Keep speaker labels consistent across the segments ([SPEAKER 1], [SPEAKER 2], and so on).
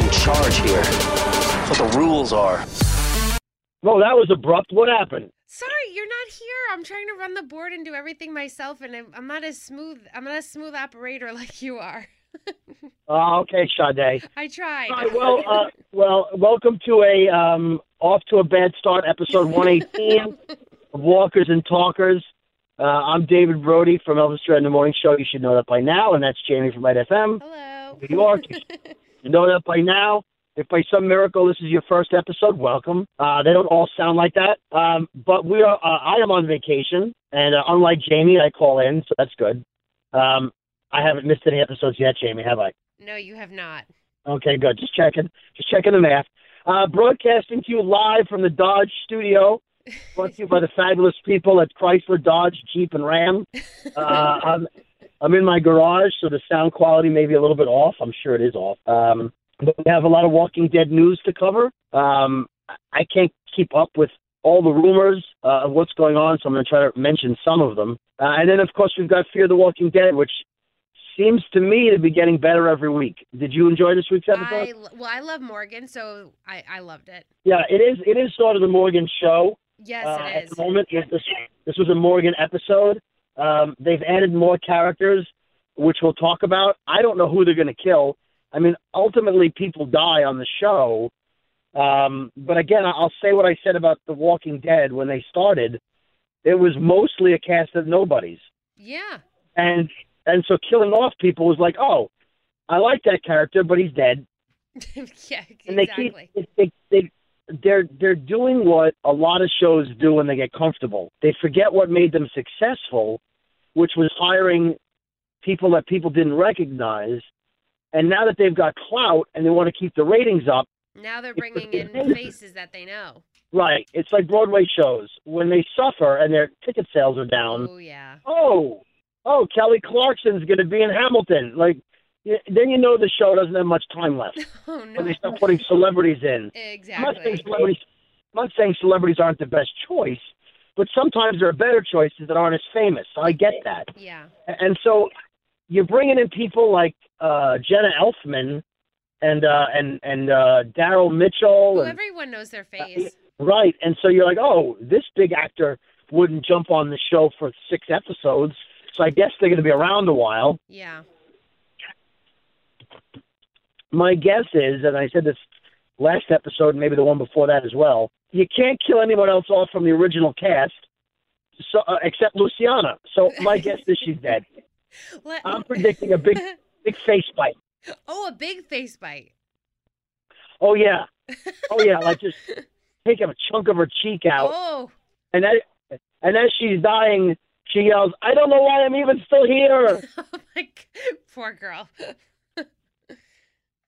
[SPEAKER 1] here. That's what the rules are.
[SPEAKER 2] Well, that was abrupt. What happened?
[SPEAKER 3] Sorry, you're not here. I'm trying to run the board and do everything myself, and I'm, I'm not as smooth. I'm not a smooth operator like you are.
[SPEAKER 2] Oh, okay, Sade.
[SPEAKER 3] I tried.
[SPEAKER 2] All right, well, uh, well, welcome to a um, off to a bad start, episode one eighteen of Walkers and Talkers. Uh, I'm David Brody from Elvis Duran the Morning Show. You should know that by now, and that's Jamie from Ed FM.
[SPEAKER 3] Hello.
[SPEAKER 2] New York. You know that by now. If by some miracle this is your first episode, welcome. Uh, they don't all sound like that, um, but we are. Uh, I am on vacation, and uh, unlike Jamie, I call in, so that's good. Um, I haven't missed any episodes yet, Jamie, have I?
[SPEAKER 3] No, you have not.
[SPEAKER 2] Okay, good. Just checking. Just checking the math. Uh, broadcasting to you live from the Dodge studio, brought to you by the fabulous people at Chrysler, Dodge, Jeep, and Ram. Uh, I'm, I'm in my garage, so the sound quality may be a little bit off. I'm sure it is off. Um, but we have a lot of Walking Dead news to cover. Um, I can't keep up with all the rumors uh, of what's going on, so I'm going to try to mention some of them. Uh, and then, of course, we've got Fear the Walking Dead, which seems to me to be getting better every week. Did you enjoy this week's episode?
[SPEAKER 3] I lo- well, I love Morgan, so I I loved it.
[SPEAKER 2] Yeah, it is. It is sort of the Morgan show
[SPEAKER 3] Yes,
[SPEAKER 2] uh,
[SPEAKER 3] it
[SPEAKER 2] at
[SPEAKER 3] is.
[SPEAKER 2] the moment. Yes, This, this was a Morgan episode. Um, they've added more characters, which we'll talk about. I don't know who they're going to kill. I mean, ultimately, people die on the show. Um, but again, I- I'll say what I said about The Walking Dead when they started. It was mostly a cast of nobodies
[SPEAKER 3] Yeah.
[SPEAKER 2] and and so killing off people was like, oh, I like that character, but he's dead.
[SPEAKER 3] yeah.
[SPEAKER 2] And
[SPEAKER 3] Exactly.
[SPEAKER 2] they keep they, they they're they're doing what a lot of shows do when they get comfortable. They forget what made them successful, which was hiring people that people didn't recognize. And now that they've got clout and they want to keep the ratings up,
[SPEAKER 3] Now they're bringing in
[SPEAKER 2] they-
[SPEAKER 3] faces that they know.
[SPEAKER 2] right? It's like Broadway shows when they suffer and their ticket sales are down.
[SPEAKER 3] Oh yeah.
[SPEAKER 2] oh, oh, Kelly Clarkson's going to be in Hamilton. Like, y- then you know the show doesn't have much time left.
[SPEAKER 3] Oh
[SPEAKER 2] When
[SPEAKER 3] no.
[SPEAKER 2] they start putting celebrities in. I'm not saying
[SPEAKER 3] Exactly.
[SPEAKER 2] celebrities. I'm not saying celebrities aren't the best choice, but sometimes there are better choices that aren't as famous. So I get that.
[SPEAKER 3] Yeah.
[SPEAKER 2] A- And so you're bringing in people like uh, Jenna Elfman and uh, and and uh, Daryl Mitchell
[SPEAKER 3] Who
[SPEAKER 2] and
[SPEAKER 3] everyone knows their face.
[SPEAKER 2] Right. And so you're like, oh, this big actor wouldn't jump on the show for six episodes. So I guess they're going to be around a while.
[SPEAKER 3] Yeah.
[SPEAKER 2] My guess is, and I said this last episode, and maybe the one before that as well, you can't kill anyone else off from the original cast. So, uh, except Luciana. So my guess is she's dead.
[SPEAKER 3] Let-
[SPEAKER 2] I'm predicting a big, big face bite.
[SPEAKER 3] oh, a big face bite.
[SPEAKER 2] Oh yeah, oh yeah. Like just take a chunk of her cheek out,
[SPEAKER 3] Oh.
[SPEAKER 2] and that, and as she's dying, she yells, "I don't know why I'm even still here."
[SPEAKER 3] oh my g- poor girl.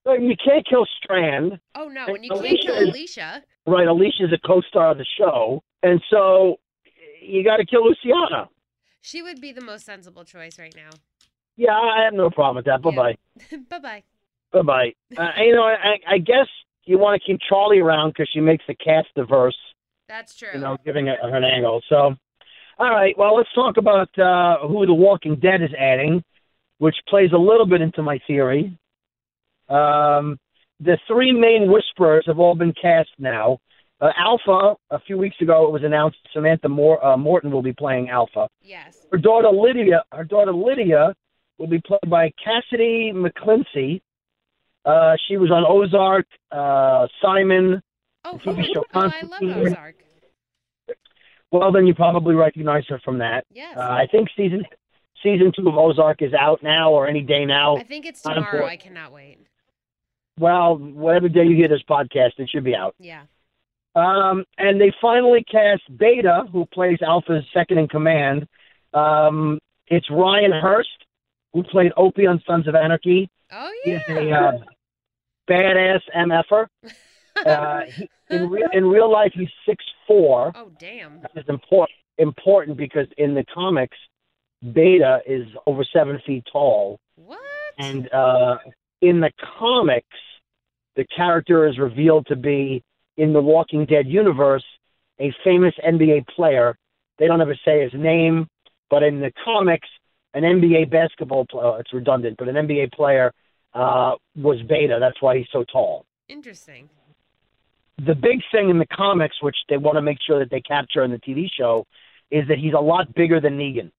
[SPEAKER 2] Like, You can't kill Strand,
[SPEAKER 3] Oh no,
[SPEAKER 2] And
[SPEAKER 3] and you can't
[SPEAKER 2] Alicia
[SPEAKER 3] kill
[SPEAKER 2] is-
[SPEAKER 3] Alicia.
[SPEAKER 2] right? Alicia's a co-star of the show, and so you got to kill Luciana.
[SPEAKER 3] She would be the most sensible choice right now.
[SPEAKER 2] Yeah, I have no problem with that. Bye bye,
[SPEAKER 3] bye bye.
[SPEAKER 2] bye bye. Uh, you know, I, I guess you want to keep Charlie around because she makes the cast diverse,
[SPEAKER 3] That's true.
[SPEAKER 2] you know, giving it her an angle. So, all right, well, let's talk about uh, who The Walking Dead is adding, which plays a little bit into my theory. Um, the three main whisperers have all been cast now. Uh, Alpha, a few weeks ago, it was announced Samantha Mor- uh, Morton will be playing Alpha.
[SPEAKER 3] yes.
[SPEAKER 2] Her daughter Lydia, her daughter Lydia, will be played by Cassidy McClincy. Uh, she was on Ozark, uh, Simon.
[SPEAKER 3] Oh,
[SPEAKER 2] TV show
[SPEAKER 3] oh, I love
[SPEAKER 2] Constantine.
[SPEAKER 3] Ozark.
[SPEAKER 2] Well, then you probably recognize her from that.
[SPEAKER 3] Yes.
[SPEAKER 2] Uh, I think season season two of Ozark is out now or any day now.
[SPEAKER 3] I think it's
[SPEAKER 2] I'm
[SPEAKER 3] tomorrow.
[SPEAKER 2] bored.
[SPEAKER 3] I cannot wait.
[SPEAKER 2] Well, whatever day you hear this podcast, it should be out.
[SPEAKER 3] Yeah.
[SPEAKER 2] Um, and they finally cast Beta, who plays Alpha's second in command. Um, it's Ryan Hurst, who played Opie on Sons of Anarchy.
[SPEAKER 3] Oh
[SPEAKER 2] He's
[SPEAKER 3] yeah.
[SPEAKER 2] a uh, badass MFer. Uh, he, in, re- in real life, he's six four.
[SPEAKER 3] oh damn.
[SPEAKER 2] That is important important because in the comics, Beta is over seven feet tall.
[SPEAKER 3] What?
[SPEAKER 2] And uh, in the comics, the character is revealed to be in the Walking Dead universe a famous NBA player. They don't ever say his name, but in the comics, an NBA uh, basketball player, it's redundant, but an NBA player uh, was beta. That's why he's so tall.
[SPEAKER 3] Interesting.
[SPEAKER 2] the big thing in the comics, which they want to make sure that they capture in the TV show, is that he's a lot bigger than Negan.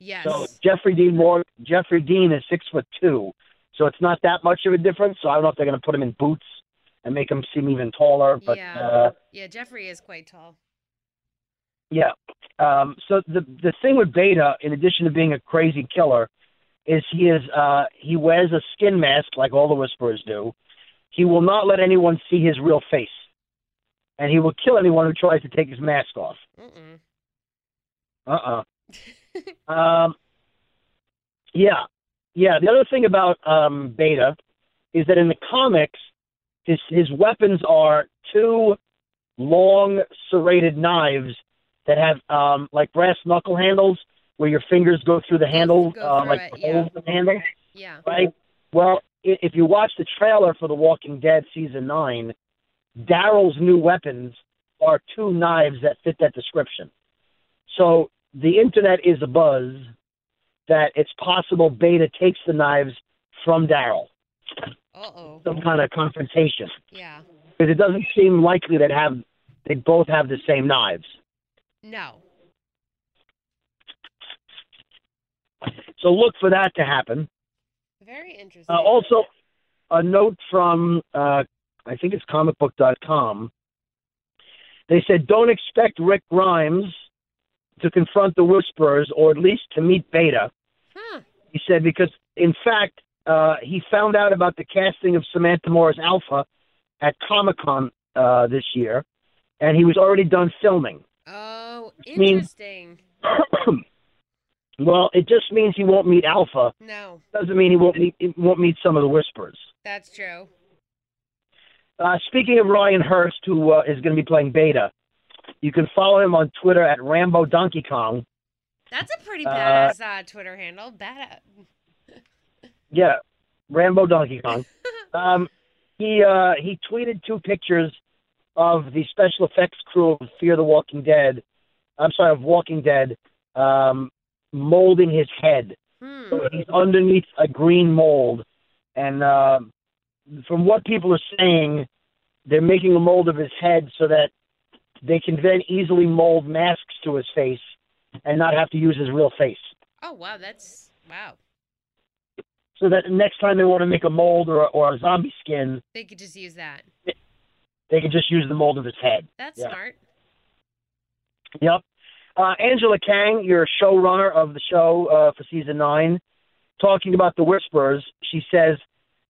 [SPEAKER 3] Yes.
[SPEAKER 2] So Jeffrey Dean Moore, Jeffrey Dean is six foot two, so it's not that much of a difference. So I don't know if they're going to put him in boots and make him seem even taller, but
[SPEAKER 3] yeah.
[SPEAKER 2] uh,
[SPEAKER 3] yeah, Jeffrey is quite tall.
[SPEAKER 2] yeah. Um, so the the thing with Beta, in addition to being a crazy killer, is he is uh, he wears a skin mask like all the Whisperers do. He will not let anyone see his real face, and he will kill anyone who tries to take his mask off.
[SPEAKER 3] Mm-mm.
[SPEAKER 2] Uh uh um, yeah. Yeah. The other thing about um, Beta is that in the comics, his, his weapons are two long serrated knives that have um, like brass knuckle handles where your fingers go through the handle,
[SPEAKER 3] go
[SPEAKER 2] uh,
[SPEAKER 3] through
[SPEAKER 2] like
[SPEAKER 3] it,
[SPEAKER 2] the
[SPEAKER 3] yeah.
[SPEAKER 2] holes in the handle
[SPEAKER 3] yeah.
[SPEAKER 2] right? Well, i- if you watch the trailer for The Walking Dead season nine, Daryl's new weapons are two knives that fit that description. So the internet is abuzz that it's possible Beta takes the knives from Daryl,
[SPEAKER 3] Uh oh.
[SPEAKER 2] some kind of confrontation,
[SPEAKER 3] Yeah.
[SPEAKER 2] because it doesn't seem likely that have they both have the same knives.
[SPEAKER 3] No.
[SPEAKER 2] So look for that to happen.
[SPEAKER 3] Very interesting.
[SPEAKER 2] Uh, also, a note from uh, I think it's comicbook.com. They said, "Don't expect Rick Grimes to confront the Whisperers, or at least to meet Beta."
[SPEAKER 3] Huh.
[SPEAKER 2] He said because, in fact, uh, he found out about the casting of Samantha Moore as Alpha at Comic Con uh, this year, and he was already done filming.
[SPEAKER 3] Oh,
[SPEAKER 2] mean-
[SPEAKER 3] interesting.
[SPEAKER 2] well, it just means he won't meet Alpha.
[SPEAKER 3] No,
[SPEAKER 2] Doesn't mean he won't meet he won't meet some of the Whisperers.
[SPEAKER 3] that's true.
[SPEAKER 2] Uh, speaking of Ryan Hurst, who uh, is going to be playing Beta, you can follow him on Twitter at Rambo Donkey Kong.
[SPEAKER 3] That's a pretty
[SPEAKER 2] Uh,
[SPEAKER 3] badass uh, Twitter handle. Bad.
[SPEAKER 2] Yeah, Rambo Donkey Kong. um, he uh, he tweeted two pictures of the special effects crew of Fear the Walking Dead. I'm sorry, of Walking Dead, um, molding his head.
[SPEAKER 3] Hmm.
[SPEAKER 2] So he's underneath a green mold, and uh, from what people are saying, they're making a mold of his head so that they can then easily mold masks to his face and not have to use his real face.
[SPEAKER 3] Oh wow, that's wow.
[SPEAKER 2] So that next time they want to make a mold or, or a zombie skin,
[SPEAKER 3] They could just use that.
[SPEAKER 2] they can just use the mold of his head.
[SPEAKER 3] That's
[SPEAKER 2] Yeah.
[SPEAKER 3] smart.
[SPEAKER 2] Yep. Uh, Angela Kang, your showrunner of the show uh, for season nine, talking about the Whisperers, she says,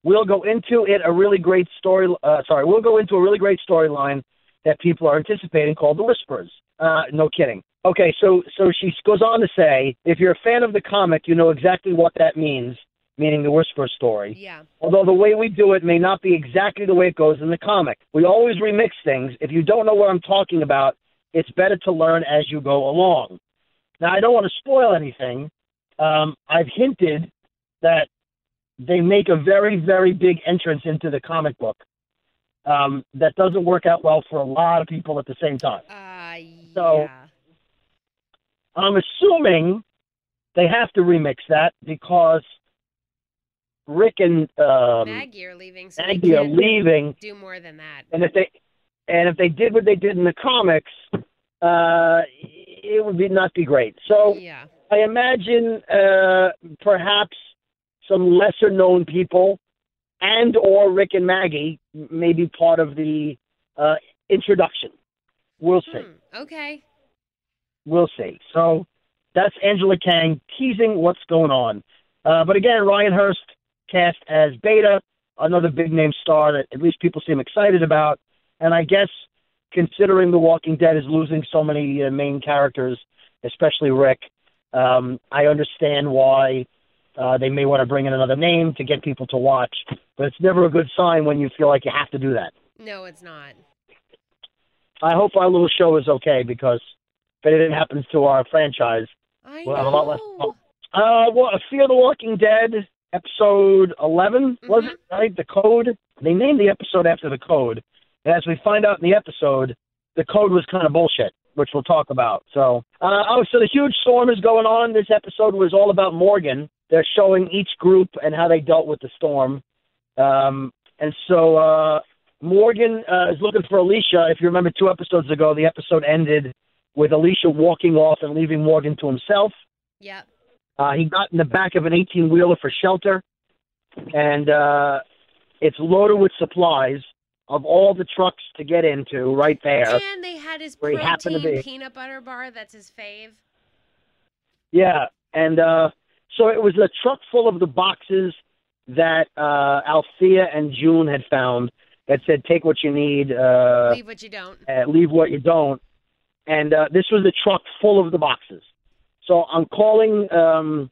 [SPEAKER 2] "We'll go into it a really great story. Uh, sorry, we'll go into a really great storyline that people are anticipating called the Whisperers." Uh, no kidding. Okay, so so she goes on to say, "If you're a fan of the comic, you know exactly what that means." Meaning the Whisperer story
[SPEAKER 3] Yeah.
[SPEAKER 2] although the way we do it may not be exactly the way it goes in the comic. We always remix things. If you don't know what I'm talking about, it's better to learn as you go along. Now, I don't want to spoil anything. Um, I've hinted that they make a very, very big entrance into the comic book um, that doesn't work out well for a lot of people at the same time.
[SPEAKER 3] Uh,
[SPEAKER 2] So-
[SPEAKER 3] yeah.
[SPEAKER 2] I'm assuming they have to remix that because Rick and um,
[SPEAKER 3] Maggie are leaving, so they
[SPEAKER 2] Maggie are
[SPEAKER 3] can't
[SPEAKER 2] leaving.
[SPEAKER 3] do more than that.
[SPEAKER 2] and if they and if they did what they did in the comics, uh, it would be not be great. So
[SPEAKER 3] Yeah.
[SPEAKER 2] I imagine uh, perhaps some lesser known people and or Rick and Maggie may be part of the uh, introduction. We'll see.
[SPEAKER 3] Hmm. Okay.
[SPEAKER 2] We'll see. So that's Angela Kang teasing what's going on. Uh, but again, Ryan Hurst cast as Beta, another big name star that at least people seem excited about. And I guess considering The Walking Dead is losing so many uh, main characters, especially Rick, um, I understand why uh, they may want to bring in another name to get people to watch. But it's never a good sign when you feel like you have to do that.
[SPEAKER 3] No, it's not.
[SPEAKER 2] I hope our little show is okay because if anything happens to our franchise,
[SPEAKER 3] I
[SPEAKER 2] We'll have a lot less
[SPEAKER 3] know.
[SPEAKER 2] Uh, well, Fear the Walking Dead, episode 11, was it? Right? The Code. They named the episode after the Code. And as we find out in the episode, the Code was kind of bullshit, which we'll talk about. So, uh, oh, so the huge storm is going on. This episode was all about Morgan. They're showing each group and how they dealt with the storm. Um, and so, uh, Morgan uh, is looking for Alicia. If you remember two episodes ago, the episode ended with Alicia walking off and leaving Morgan to himself.
[SPEAKER 3] Yep.
[SPEAKER 2] Uh, he got in the back of an 18 wheeler for shelter, and uh, it's loaded with supplies of all the trucks to get into right there.
[SPEAKER 3] And they had his
[SPEAKER 2] Where he happened to
[SPEAKER 3] protein
[SPEAKER 2] be.
[SPEAKER 3] peanut butter bar. That's his fave.
[SPEAKER 2] Yeah, and uh, so it was a truck full of the boxes that uh, Althea and June had found that said, "Take what you need, uh,
[SPEAKER 3] Leave what you don't.
[SPEAKER 2] uh, leave what you don't." And uh, this was a truck full of the boxes. So I'm calling um,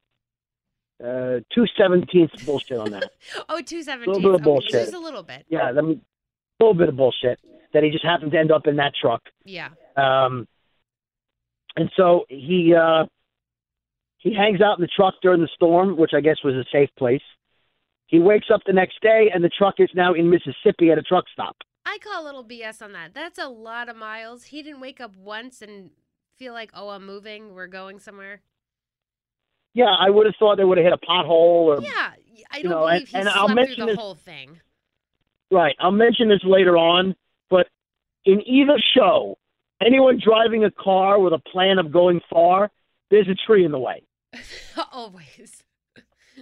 [SPEAKER 2] uh, two seventeenth bullshit on that.
[SPEAKER 3] Oh, 217.
[SPEAKER 2] little bit of
[SPEAKER 3] okay,
[SPEAKER 2] bullshit.
[SPEAKER 3] Just a little bit.
[SPEAKER 2] yeah, I mean, a little bit of bullshit that he just happened to end up in that truck.
[SPEAKER 3] Yeah.
[SPEAKER 2] Um, and so he uh, he hangs out in the truck during the storm, which I guess was a safe place. He wakes up the next day, and the truck is now in Mississippi at a truck stop.
[SPEAKER 3] I call a little BS on that. That's a lot of miles. He didn't wake up once and feel like, oh, I'm moving. We're going somewhere.
[SPEAKER 2] Yeah, I would have thought they would have hit a pothole. Or,
[SPEAKER 3] Yeah. I
[SPEAKER 2] Um,
[SPEAKER 3] don't
[SPEAKER 2] You know,
[SPEAKER 3] believe
[SPEAKER 2] and-
[SPEAKER 3] he
[SPEAKER 2] and I'll
[SPEAKER 3] slept
[SPEAKER 2] mention
[SPEAKER 3] through the
[SPEAKER 2] this-
[SPEAKER 3] whole thing.
[SPEAKER 2] Right. I'll mention this later on, but in either show, anyone driving a car with a plan of going far, there's a tree in the way.
[SPEAKER 3] Always.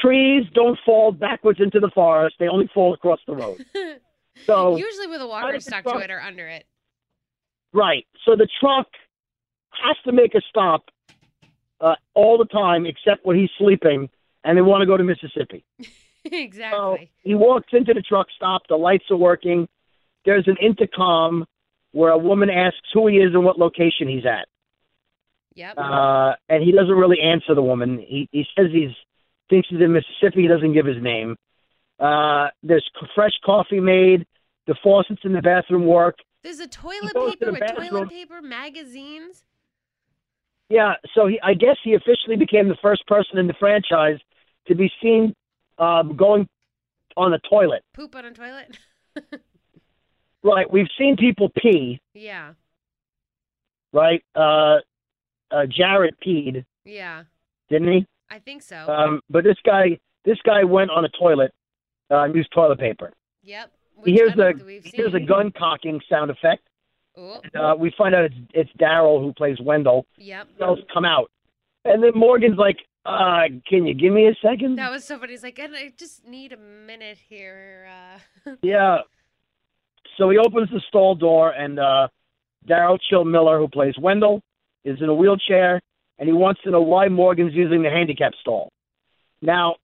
[SPEAKER 2] Trees don't fall backwards into the forest; they only fall across the road. So
[SPEAKER 3] Usually with a walker
[SPEAKER 2] did
[SPEAKER 3] stuck
[SPEAKER 2] the
[SPEAKER 3] to
[SPEAKER 2] truck-
[SPEAKER 3] it or under it.
[SPEAKER 2] Right. So the truck has to make a stop uh, all the time, except when he's sleeping, and they want to go to Mississippi. So
[SPEAKER 3] exactly.
[SPEAKER 2] he walks into the truck stop. The lights are working. There's an intercom where a woman asks who he is and what location he's at,
[SPEAKER 3] Yep.
[SPEAKER 2] uh, and he doesn't really answer the woman. He he says he's thinks he's in Mississippi. He doesn't give his name. Uh, there's c- fresh coffee made. The faucets in the bathroom work.
[SPEAKER 3] There's a toilet
[SPEAKER 2] goes to
[SPEAKER 3] paper
[SPEAKER 2] the
[SPEAKER 3] with
[SPEAKER 2] bathroom.
[SPEAKER 3] toilet paper magazines.
[SPEAKER 2] Yeah, so he, I guess he officially became the first person in the franchise to be seen um, going on the toilet.
[SPEAKER 3] Poop on a toilet.
[SPEAKER 2] Right, we've seen people pee.
[SPEAKER 3] yeah.
[SPEAKER 2] Right, uh, uh, Jared peed,
[SPEAKER 3] Yeah.
[SPEAKER 2] didn't he?
[SPEAKER 3] I think so.
[SPEAKER 2] Um, but this guy, this guy went on a toilet uh, and used toilet paper.
[SPEAKER 3] yep.
[SPEAKER 2] He
[SPEAKER 3] Which I
[SPEAKER 2] hears
[SPEAKER 3] don't
[SPEAKER 2] a
[SPEAKER 3] think we've
[SPEAKER 2] he hears a
[SPEAKER 3] seen.
[SPEAKER 2] gun cocking sound effect.
[SPEAKER 3] Oh,
[SPEAKER 2] Uh, we find out it's it's Daryl who plays Wendell.
[SPEAKER 3] yep.
[SPEAKER 2] Yells, "Come out!" And then Morgan's like, uh, "Can you give me a second?
[SPEAKER 3] That was so funny. He's like, and I just need a minute here. Uh,
[SPEAKER 2] Yeah. So he opens the stall door, and uh, Daryl Chill Miller, who plays Wendell, is in a wheelchair, and he wants to know why Morgan's using the handicap stall. Now,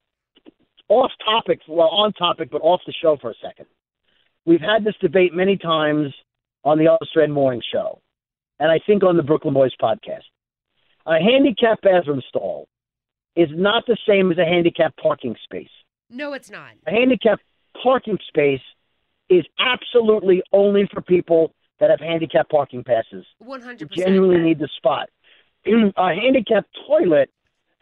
[SPEAKER 2] off topic, well, on topic, but off the show for a second. We've had this debate many times on the Officer and Morning Show, and I think on the Brooklyn Boys podcast. A handicap bathroom stall is not the same as a handicap parking space
[SPEAKER 3] no, it's not.
[SPEAKER 2] a handicapped parking space is absolutely only for people that have handicapped parking passes
[SPEAKER 3] One hundred percent.
[SPEAKER 2] genuinely need the spot. a handicapped toilet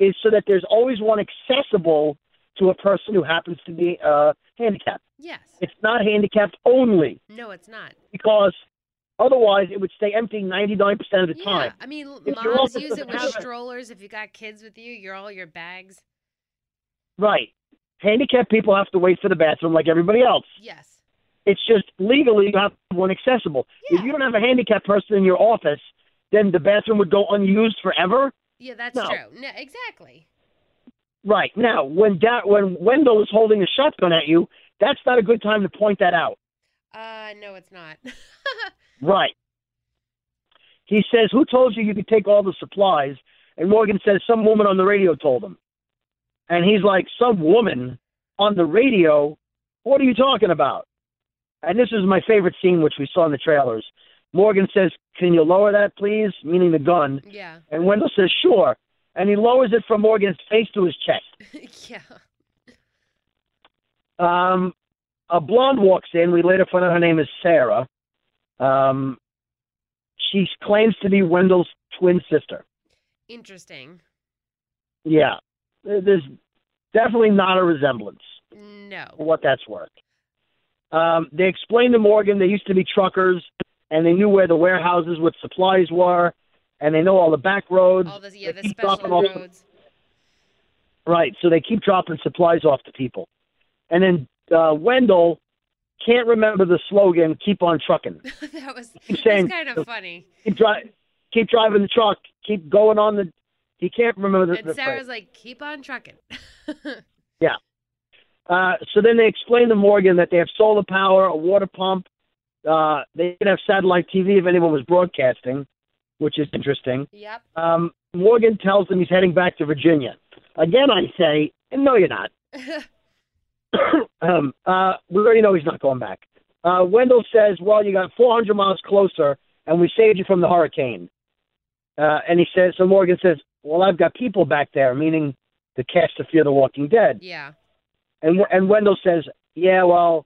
[SPEAKER 2] is so that there's always one accessible to a person who happens to be uh, handicapped.
[SPEAKER 3] Yes.
[SPEAKER 2] It's not handicapped only
[SPEAKER 3] No, it's not.
[SPEAKER 2] because otherwise it would stay empty 99% of the
[SPEAKER 3] Yeah.
[SPEAKER 2] time.
[SPEAKER 3] I mean, l-
[SPEAKER 2] If your
[SPEAKER 3] moms
[SPEAKER 2] office
[SPEAKER 3] use it
[SPEAKER 2] doesn't
[SPEAKER 3] with
[SPEAKER 2] have it-
[SPEAKER 3] strollers. If you got kids with you, you're all your bags.
[SPEAKER 2] Right. Handicapped people have to wait for the bathroom like everybody else.
[SPEAKER 3] Yes.
[SPEAKER 2] It's just legally you have to have one accessible. If
[SPEAKER 3] Yeah.
[SPEAKER 2] you don't have a handicapped person in your office, then the bathroom would go unused forever.
[SPEAKER 3] Yeah, that's
[SPEAKER 2] No.
[SPEAKER 3] true. No, exactly.
[SPEAKER 2] Right now, when da- when Wendell is holding a shotgun at you, that's not a good time to point that out.
[SPEAKER 3] Uh, no, it's not.
[SPEAKER 2] Right. He says, "Who told you you could take all the supplies?" And Morgan says, "Some woman on the radio told him." And he's like, "Some woman on the radio? What are you talking about?" And this is my favorite scene, which we saw in the trailers. Morgan says, "Can you lower that, please?" Meaning the gun.
[SPEAKER 3] yeah.
[SPEAKER 2] And Wendell says, "Sure." And he lowers it from Morgan's face to his chest.
[SPEAKER 3] yeah.
[SPEAKER 2] Um, a blonde walks in. We later find out her name is Sarah. Um, she claims to be Wendell's twin sister.
[SPEAKER 3] Interesting.
[SPEAKER 2] Yeah, There- there's definitely not a resemblance for
[SPEAKER 3] No.
[SPEAKER 2] what that's worth. Um, they explain to Morgan they used to be truckers and they knew where the warehouses with supplies were, and they know all the back roads.
[SPEAKER 3] All the yeah,
[SPEAKER 2] They
[SPEAKER 3] the
[SPEAKER 2] keep dropping
[SPEAKER 3] special
[SPEAKER 2] off-
[SPEAKER 3] roads.
[SPEAKER 2] Right. So they keep dropping supplies off to people. And then uh, Wendell can't remember the slogan. Keep on trucking.
[SPEAKER 3] that was,
[SPEAKER 2] Keep
[SPEAKER 3] was
[SPEAKER 2] saying,
[SPEAKER 3] kind of funny.
[SPEAKER 2] keep driving, keep driving the truck. Keep going on the. He can't remember the.
[SPEAKER 3] And
[SPEAKER 2] the phrase.
[SPEAKER 3] Sarah's like, keep on trucking.
[SPEAKER 2] Uh, so then they explained to Morgan that they have solar power, a water pump. Uh, they could have satellite TV if anyone was broadcasting, which is interesting.
[SPEAKER 3] yep.
[SPEAKER 2] Um, Morgan tells them he's heading back to Virginia. Again, I say, no, you're not. um, uh, we already know he's not going back. Uh, Wendell says, well, you got 400 miles closer, and we saved you from the hurricane. Uh, and he says, so Morgan says, well, I've got people back there, meaning the cast of Fear the Walking Dead.
[SPEAKER 3] yeah.
[SPEAKER 2] And and Wendell says, "Yeah, well,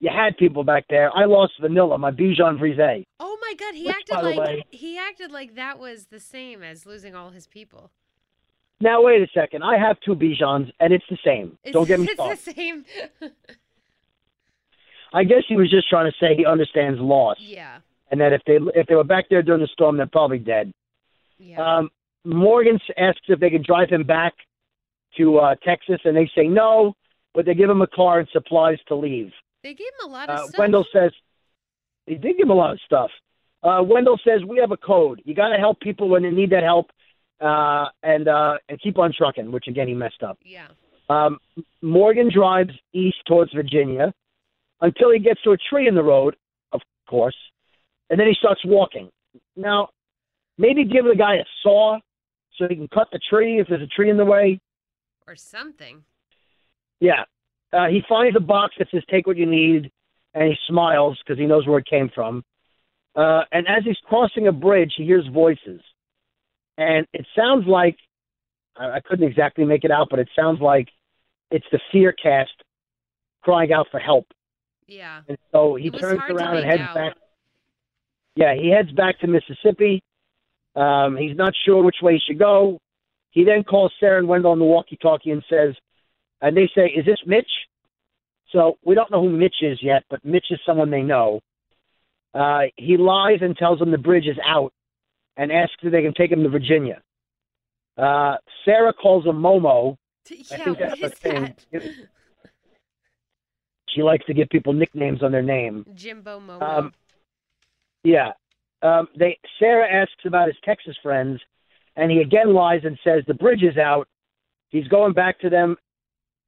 [SPEAKER 2] you had people back there. I lost Vanilla, my Bichon Frise.
[SPEAKER 3] Oh my God, he
[SPEAKER 2] Which,
[SPEAKER 3] acted
[SPEAKER 2] by the
[SPEAKER 3] like
[SPEAKER 2] way-
[SPEAKER 3] he acted like that was the same as losing all his people.
[SPEAKER 2] Now wait a second. I have two Bichons, and it's the same.
[SPEAKER 3] It's,
[SPEAKER 2] Don't get me
[SPEAKER 3] it's
[SPEAKER 2] started.
[SPEAKER 3] the same.
[SPEAKER 2] I guess he was just trying to say he understands loss,
[SPEAKER 3] yeah.
[SPEAKER 2] and that if they if they were back there during the storm, they're probably dead."
[SPEAKER 3] Yeah.
[SPEAKER 2] Um, Morgan asks if they can drive him back to uh, Texas, and they say no, but they give him a car and supplies to leave.
[SPEAKER 3] they gave him a lot of
[SPEAKER 2] Uh,
[SPEAKER 3] stuff.
[SPEAKER 2] Wendell says, he did give him a lot of stuff. Uh, Wendell says, we have a code. You got to help people when they need that help uh, and, uh, and keep on trucking, which again, he messed up.
[SPEAKER 3] Yeah.
[SPEAKER 2] Um, Morgan drives east towards Virginia until he gets to a tree in the road, of course, and then he starts walking. Now, maybe give the guy a saw so he can cut the tree if there's a tree in the way.
[SPEAKER 3] Or something.
[SPEAKER 2] Yeah. Uh, he finds a box that says, take what you need, and he smiles because he knows where it came from. Uh, and as he's crossing a bridge, he hears voices. And it sounds like, I, I couldn't exactly make it out, but it sounds like it's the fear cast crying out for help.
[SPEAKER 3] Yeah.
[SPEAKER 2] And so he
[SPEAKER 3] It was
[SPEAKER 2] turns
[SPEAKER 3] hard to
[SPEAKER 2] around and
[SPEAKER 3] make
[SPEAKER 2] heads
[SPEAKER 3] out.
[SPEAKER 2] back. Yeah, he heads back to Mississippi. Um, he's not sure which way he should go. He then calls Sarah and Wendell on the walkie-talkie and says, and they say, "Is this Mitch?" So we don't know who Mitch is yet, but Mitch is someone they know. Uh, he lies and tells them the bridge is out, and asks if they can take him to Virginia. Uh, Sarah calls him Momo.
[SPEAKER 3] Yeah.
[SPEAKER 2] think
[SPEAKER 3] What
[SPEAKER 2] that's
[SPEAKER 3] is
[SPEAKER 2] the thing.
[SPEAKER 3] that?
[SPEAKER 2] It- She likes to give people nicknames on their name.
[SPEAKER 3] Jimbo Momo.
[SPEAKER 2] Um, Yeah. Um, they Sarah asks about his Texas friends, and he again lies and says the bridge is out. He's going back to them,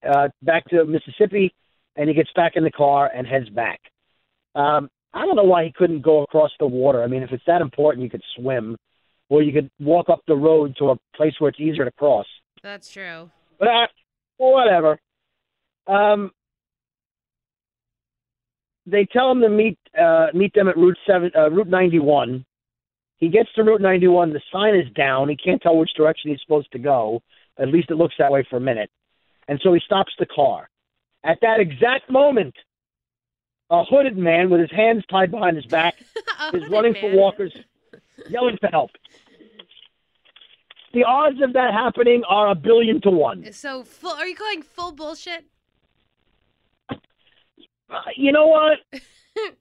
[SPEAKER 2] uh, back to Mississippi, and he gets back in the car and heads back. Um, I don't know why he couldn't go across the water. I mean, if it's that important, you could swim, or you could walk up the road to a place where it's easier to cross.
[SPEAKER 3] that's true.
[SPEAKER 2] But uh, whatever. Um, they tell him to meet uh, meet them at Route Seven, uh, Route ninety one. He gets to Route ninety one. The sign is down. He can't tell which direction he's supposed to go. At least it looks that way for a minute. And so he stops the car. At that exact moment, a hooded man with his hands tied behind his back
[SPEAKER 3] A
[SPEAKER 2] is
[SPEAKER 3] hooded
[SPEAKER 2] running for
[SPEAKER 3] Oh man.
[SPEAKER 2] walkers, yelling for help. The odds of that happening are a billion to one.
[SPEAKER 3] So full? Are you calling full bullshit?
[SPEAKER 2] Uh, you know what?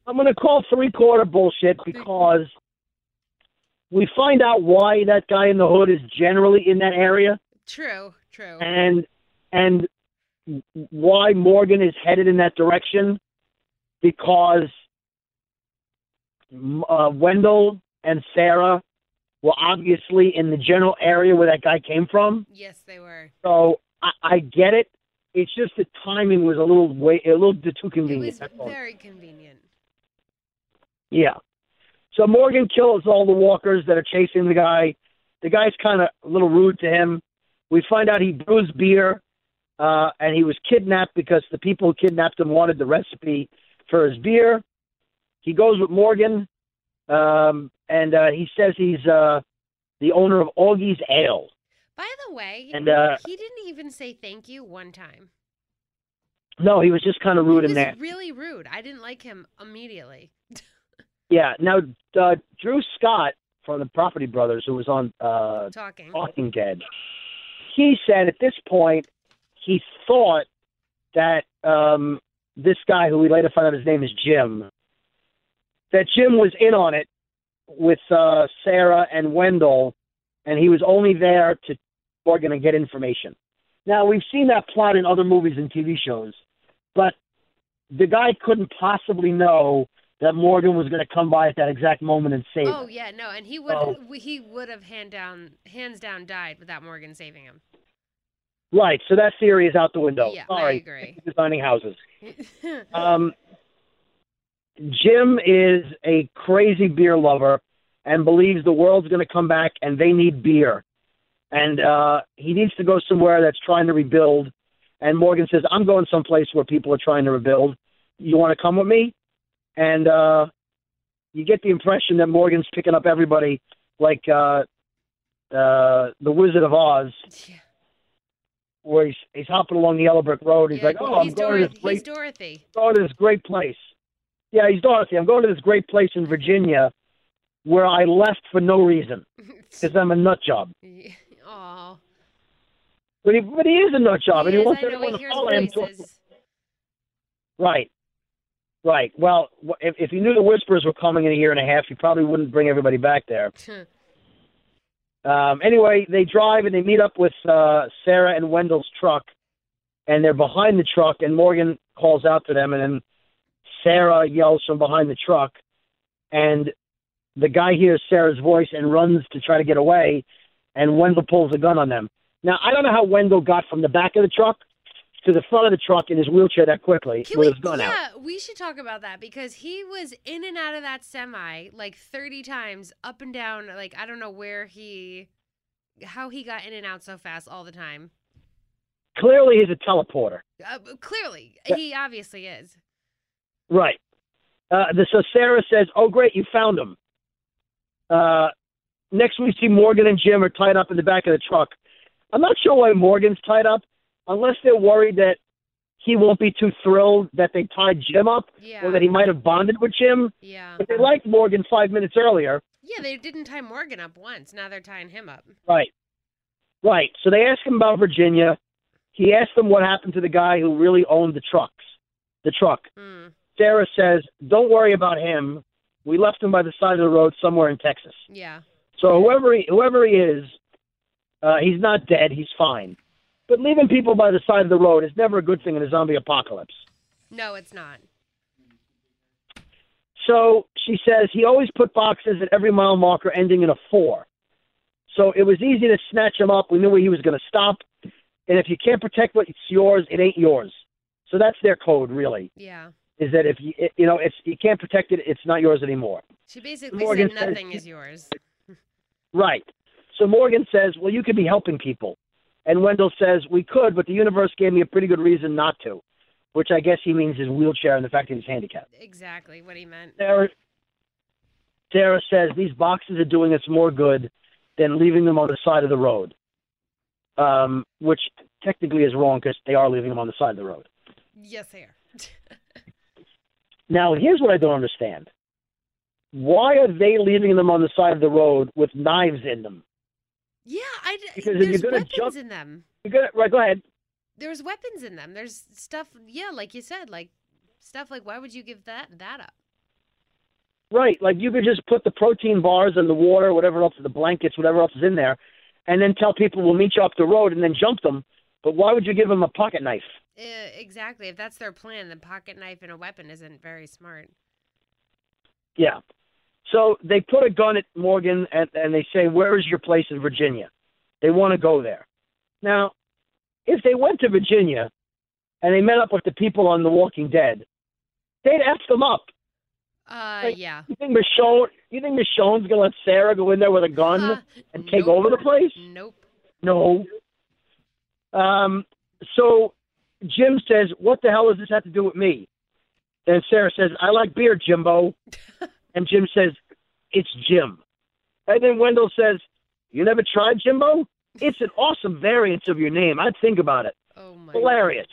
[SPEAKER 2] I'm going to call three quarter bullshit because we find out why that guy in the hood is generally in that area
[SPEAKER 3] True. True.
[SPEAKER 2] and and why Morgan is headed in that direction because mm, uh, Wendell and Sarah were obviously in the general area where that guy came from.
[SPEAKER 3] Yes, they were.
[SPEAKER 2] So I, I get it. It's just the timing was a little way a little bit too
[SPEAKER 3] It
[SPEAKER 2] convenient.
[SPEAKER 3] was
[SPEAKER 2] that's all.
[SPEAKER 3] very convenient.
[SPEAKER 2] Yeah. So Morgan kills all the walkers that are chasing the guy. The guy's kind of a little rude to him. We find out he brews beer, uh, and he was kidnapped because the people who kidnapped him wanted the recipe for his beer. He goes with Morgan, um, and uh, he says he's uh, the owner of Augie's Ale.
[SPEAKER 3] By the way,
[SPEAKER 2] And, uh,
[SPEAKER 3] he didn't even say thank you one time.
[SPEAKER 2] No, he was just kind of rude in
[SPEAKER 3] he was
[SPEAKER 2] that.
[SPEAKER 3] really rude. I didn't like him immediately.
[SPEAKER 2] Yeah. Now, uh, Drew Scott from the Property Brothers, who was on uh,
[SPEAKER 3] Talking.
[SPEAKER 2] Talking Dead. He said at this point he thought that um, this guy, who we later found out his name is Jim, that Jim was in on it with uh, Sarah and Wendell, and he was only there to Morgan and get information. Now we've seen that plot in other movies and TV shows, but the guy couldn't possibly know that Morgan was going to come by at that exact moment and save.
[SPEAKER 3] Oh
[SPEAKER 2] him.
[SPEAKER 3] yeah, no, and he would
[SPEAKER 2] Oh.
[SPEAKER 3] w- he would have hand down hands down died without Morgan saving him.
[SPEAKER 2] Right. So that theory is out the window.
[SPEAKER 3] Yeah, I
[SPEAKER 2] Sorry.
[SPEAKER 3] agree.
[SPEAKER 2] Designing houses. Um, Jim is a crazy beer lover and believes the world's going to come back and they need beer. And uh, he needs to go somewhere that's trying to rebuild. And Morgan says, I'm going someplace where people are trying to rebuild. You want to come with me? And uh, you get the impression that Morgan's picking up everybody like uh, uh, the Wizard of Oz,
[SPEAKER 3] Yeah.
[SPEAKER 2] where he's, he's hopping along the Yellow Brick Road. He's
[SPEAKER 3] Yeah,
[SPEAKER 2] like, oh,
[SPEAKER 3] he's
[SPEAKER 2] I'm going to
[SPEAKER 3] Dorothy-
[SPEAKER 2] this great
[SPEAKER 3] he's Dorothy.
[SPEAKER 2] going to this great place. Yeah, he's Dorothy. I'm going to this great place in Virginia where I left for no reason because I'm a nut job.
[SPEAKER 3] Oh,
[SPEAKER 2] But he, but he is a nut job, and he wants
[SPEAKER 3] I know.
[SPEAKER 2] everyone
[SPEAKER 3] He
[SPEAKER 2] to
[SPEAKER 3] hears
[SPEAKER 2] follow him. To,
[SPEAKER 3] voices.
[SPEAKER 2] right, right. Well, wh- if, if he knew the whispers were coming in a year and a half, he probably wouldn't bring everybody back there. Um, anyway, they drive and they meet up with uh, Sarah and Wendell's truck, and they're behind the truck. And Morgan calls out to them, and then Sarah yells from behind the truck, and the guy hears Sarah's voice and runs to try to get away. And Wendell pulls a gun on them. Now I don't know how Wendell got from the back of the truck to the front of the truck in his wheelchair that quickly
[SPEAKER 3] Can
[SPEAKER 2] with
[SPEAKER 3] we,
[SPEAKER 2] his gun out.
[SPEAKER 3] yeah, we should talk about that because he was in and out of that semi like 30 times, up and down. Like, I don't know where he, how he got in and out so fast all the time.
[SPEAKER 2] Clearly, he's a teleporter.
[SPEAKER 3] Uh, clearly, he obviously is.
[SPEAKER 2] Right. Uh, the, so Sarah says, "Oh, great, you found him." Uh, next, we see Morgan and Jim are tied up in the back of the truck. I'm not sure why Morgan's tied up, unless they're worried that he won't be too thrilled that they tied Jim up,
[SPEAKER 3] Yeah.
[SPEAKER 2] or that he might have bonded with Jim.
[SPEAKER 3] Yeah.
[SPEAKER 2] But they liked Morgan five minutes earlier.
[SPEAKER 3] Yeah, they didn't tie Morgan up once. Now they're tying him up.
[SPEAKER 2] Right. Right. So they ask him about Virginia. He asked them what happened to the guy who really owned the trucks, the truck.
[SPEAKER 3] Mm,
[SPEAKER 2] Sarah says, "Don't worry about him. We left him by the side of the road somewhere in Texas.
[SPEAKER 3] yeah.
[SPEAKER 2] So whoever he, whoever he is, uh, he's not dead. He's fine. But leaving people by the side of the road is never a good thing in a zombie apocalypse."
[SPEAKER 3] No, it's not.
[SPEAKER 2] So she says he always put boxes at every mile marker ending in a four. So it was easy to snatch him up. We knew where he was going to stop. And if you can't protect what's yours, it ain't yours. So that's their code, really,
[SPEAKER 3] Yeah.
[SPEAKER 2] is that if you you know it's you can't protect it, it's not yours anymore.
[SPEAKER 3] She basically
[SPEAKER 2] Morgan
[SPEAKER 3] said
[SPEAKER 2] says
[SPEAKER 3] nothing
[SPEAKER 2] she-
[SPEAKER 3] is yours.
[SPEAKER 2] Right. So Morgan says, Well, you could be helping people. And Wendell says, We could, but the universe gave me a pretty good reason not to, which I guess he means his wheelchair and the fact that he's handicapped.
[SPEAKER 3] Exactly what he meant.
[SPEAKER 2] Sarah, Sarah says, These boxes are doing us more good than leaving them on the side of the road, um, which technically is wrong because they are leaving them on the side of the road.
[SPEAKER 3] Yes, they are.
[SPEAKER 2] Now, here's what I don't understand why are they leaving them on the side of the road with knives in them?
[SPEAKER 3] yeah, I. d-
[SPEAKER 2] Because if you're
[SPEAKER 3] there's
[SPEAKER 2] gonna
[SPEAKER 3] weapons
[SPEAKER 2] jump-
[SPEAKER 3] in them.
[SPEAKER 2] You got it? Right, go ahead.
[SPEAKER 3] There's weapons in them. There's stuff. Yeah, like you said, like stuff. Like why would you give that that up?
[SPEAKER 2] Right, like you could just put the protein bars and the water, whatever else, the blankets, whatever else is in there, and then tell people we'll meet you up the road and then jump them. But why would you give them a pocket knife?
[SPEAKER 3] Uh, exactly. If that's their plan, the pocket knife and a weapon isn't very smart.
[SPEAKER 2] Yeah. So they put a gun at Morgan and, and they say, "Where is your place in Virginia?" They want to go there. Now, if they went to Virginia and they met up with the people on The Walking Dead, they'd F them up.
[SPEAKER 3] Uh,
[SPEAKER 2] Like,
[SPEAKER 3] yeah.
[SPEAKER 2] You think Michonne? You think Michonne's gonna let Sarah go in there with a gun
[SPEAKER 3] Uh,
[SPEAKER 2] and take
[SPEAKER 3] nope.
[SPEAKER 2] over the place?
[SPEAKER 3] Nope.
[SPEAKER 2] No. Um, so Jim says, What the hell does this have to do with me? And Sarah says, I like beer, Jimbo. and Jim says, It's Jim. And then Wendell says, You never tried Jimbo? It's an awesome variant of your name. I'd think about it.
[SPEAKER 3] Oh my.
[SPEAKER 2] Hilarious.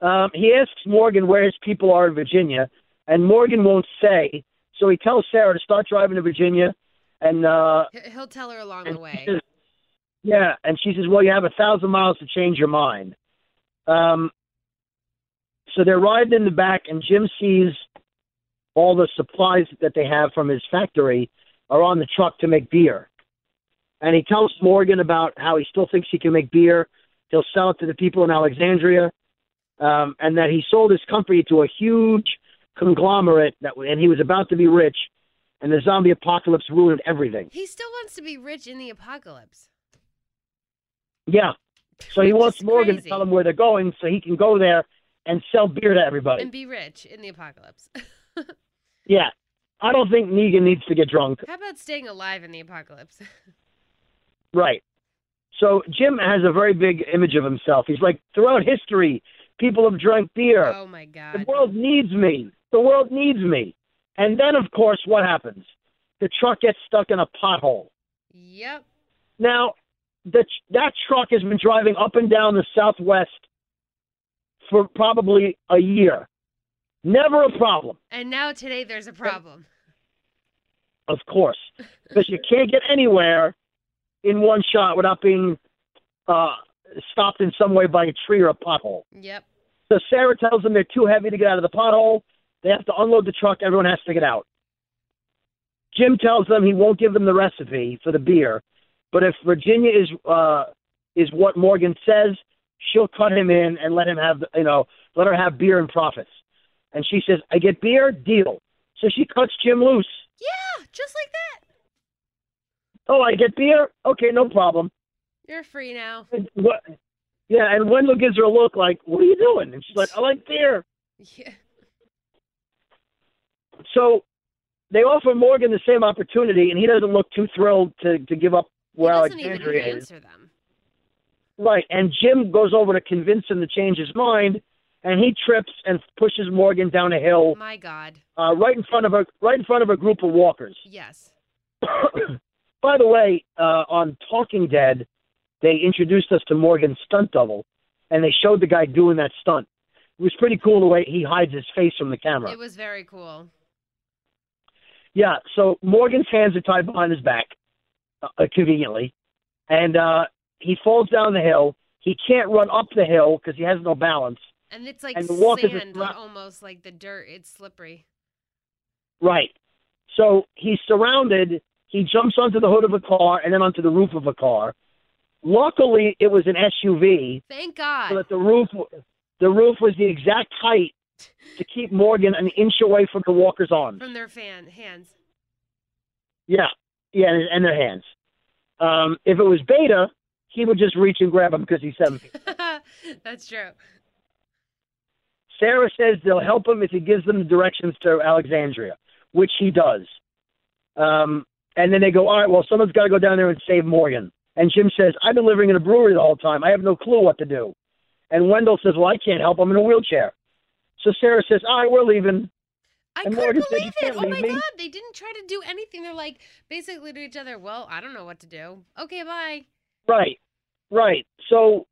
[SPEAKER 2] um, he asks Morgan where his people are in Virginia, and Morgan won't say. So he tells Sarah to start driving to Virginia, and uh,
[SPEAKER 3] He- He'll tell her along
[SPEAKER 2] and
[SPEAKER 3] the
[SPEAKER 2] she
[SPEAKER 3] way.
[SPEAKER 2] says- yeah, and she says, "Well, you have a thousand miles to change your mind." Um, so they're riding in the back, and Jim sees all the supplies that they have from his factory are on the truck to make beer, and he tells Morgan about how he still thinks he can make beer. He'll sell it to the people in Alexandria, um, and that he sold his company to a huge conglomerate that, and he was about to be rich, and the zombie apocalypse ruined everything.
[SPEAKER 3] He still wants to be rich in the apocalypse.
[SPEAKER 2] Yeah, so he
[SPEAKER 3] Which
[SPEAKER 2] wants
[SPEAKER 3] is
[SPEAKER 2] Morgan
[SPEAKER 3] crazy.
[SPEAKER 2] to tell him where they're going, so he can go there and sell beer to everybody.
[SPEAKER 3] and be rich in the apocalypse.
[SPEAKER 2] yeah, I don't think Negan needs to get drunk.
[SPEAKER 3] How about staying alive in the apocalypse?
[SPEAKER 2] Right. So Jim has a very big image of himself. He's like, throughout history, people have drank beer.
[SPEAKER 3] Oh my
[SPEAKER 2] the
[SPEAKER 3] god.
[SPEAKER 2] world needs me. The world needs me. And then, of course, what happens? The truck gets stuck in a pothole.
[SPEAKER 3] Yep.
[SPEAKER 2] Now, the, that truck has been driving up and down the Southwest for probably a year. Never a problem,
[SPEAKER 3] And now today there's a problem.
[SPEAKER 2] of course, because you can't get anywhere in one shot without being uh, stopped in some way by a tree or a pothole.
[SPEAKER 3] Yep.
[SPEAKER 2] So Sarah tells them they're too heavy to get out of the pothole. They have to unload the truck. Everyone has to get out. Jim tells them he won't give them the recipe for the beer, but if Virginia is uh, is what Morgan says, she'll cut him in and let him have you know let her have beer and profits. And she says, "I get beer, deal." So she cuts Jim loose.
[SPEAKER 3] Yeah, Ah, just like that.
[SPEAKER 2] Oh, I get beer. Okay, no problem.
[SPEAKER 3] You're free now.
[SPEAKER 2] And what? Yeah, and Wendell gives her a look like, "What are you doing?" And she's like, "I like beer."
[SPEAKER 3] Yeah.
[SPEAKER 2] So they offer Morgan the same opportunity, and he doesn't look too thrilled to, to give up where
[SPEAKER 3] he doesn't
[SPEAKER 2] Alexandria
[SPEAKER 3] even
[SPEAKER 2] is.
[SPEAKER 3] answer them.
[SPEAKER 2] Right. And Jim goes over to convince him to change his mind, and he trips and pushes Morgan down a hill
[SPEAKER 3] My god.
[SPEAKER 2] uh, right in front of a right in front of a group of walkers.
[SPEAKER 3] Yes.
[SPEAKER 2] By the way, uh, on Talking Dead, they introduced us to Morgan's stunt double, and they showed the guy doing that stunt. It was pretty cool the way he hides his face from the camera.
[SPEAKER 3] It was very cool.
[SPEAKER 2] Yeah, so Morgan's hands are tied behind his back, uh, conveniently, and uh, he falls down the hill. He can't run up the hill because he has no balance.
[SPEAKER 3] And it's like
[SPEAKER 2] And the walk is a
[SPEAKER 3] sand,
[SPEAKER 2] slap.
[SPEAKER 3] like almost like the dirt. It's slippery.
[SPEAKER 2] Right. So he's surrounded. He jumps onto the hood of a car and then onto the roof of a car. Luckily, it was an SUV,
[SPEAKER 3] Thank
[SPEAKER 2] so
[SPEAKER 3] God.
[SPEAKER 2] that the roof the roof was the exact height to keep Morgan an inch away from the walker's arms.
[SPEAKER 3] From their fan hands.
[SPEAKER 2] Yeah, yeah, and, and their hands. Um, if it was Beta, he would just reach and grab him because he's seven feet.
[SPEAKER 3] That's true.
[SPEAKER 2] Sarah says they'll help him if he gives them the directions to Alexandria, which he does. Um, and then they go, all right, well, someone's got to go down there and save Morgan. And Jim says, I've been living in a brewery the whole time. I have no clue what to do. And Wendell says, well, I can't help. I'm in a wheelchair. So Sarah says, all right, we're leaving.
[SPEAKER 3] I
[SPEAKER 2] And
[SPEAKER 3] couldn't
[SPEAKER 2] Morgan said,
[SPEAKER 3] believe
[SPEAKER 2] "You
[SPEAKER 3] it.
[SPEAKER 2] can't
[SPEAKER 3] Oh my
[SPEAKER 2] leave me."
[SPEAKER 3] god, they didn't try to do anything. They're like basically to each other, well, I don't know what to do. Okay, bye.
[SPEAKER 2] Right, right. So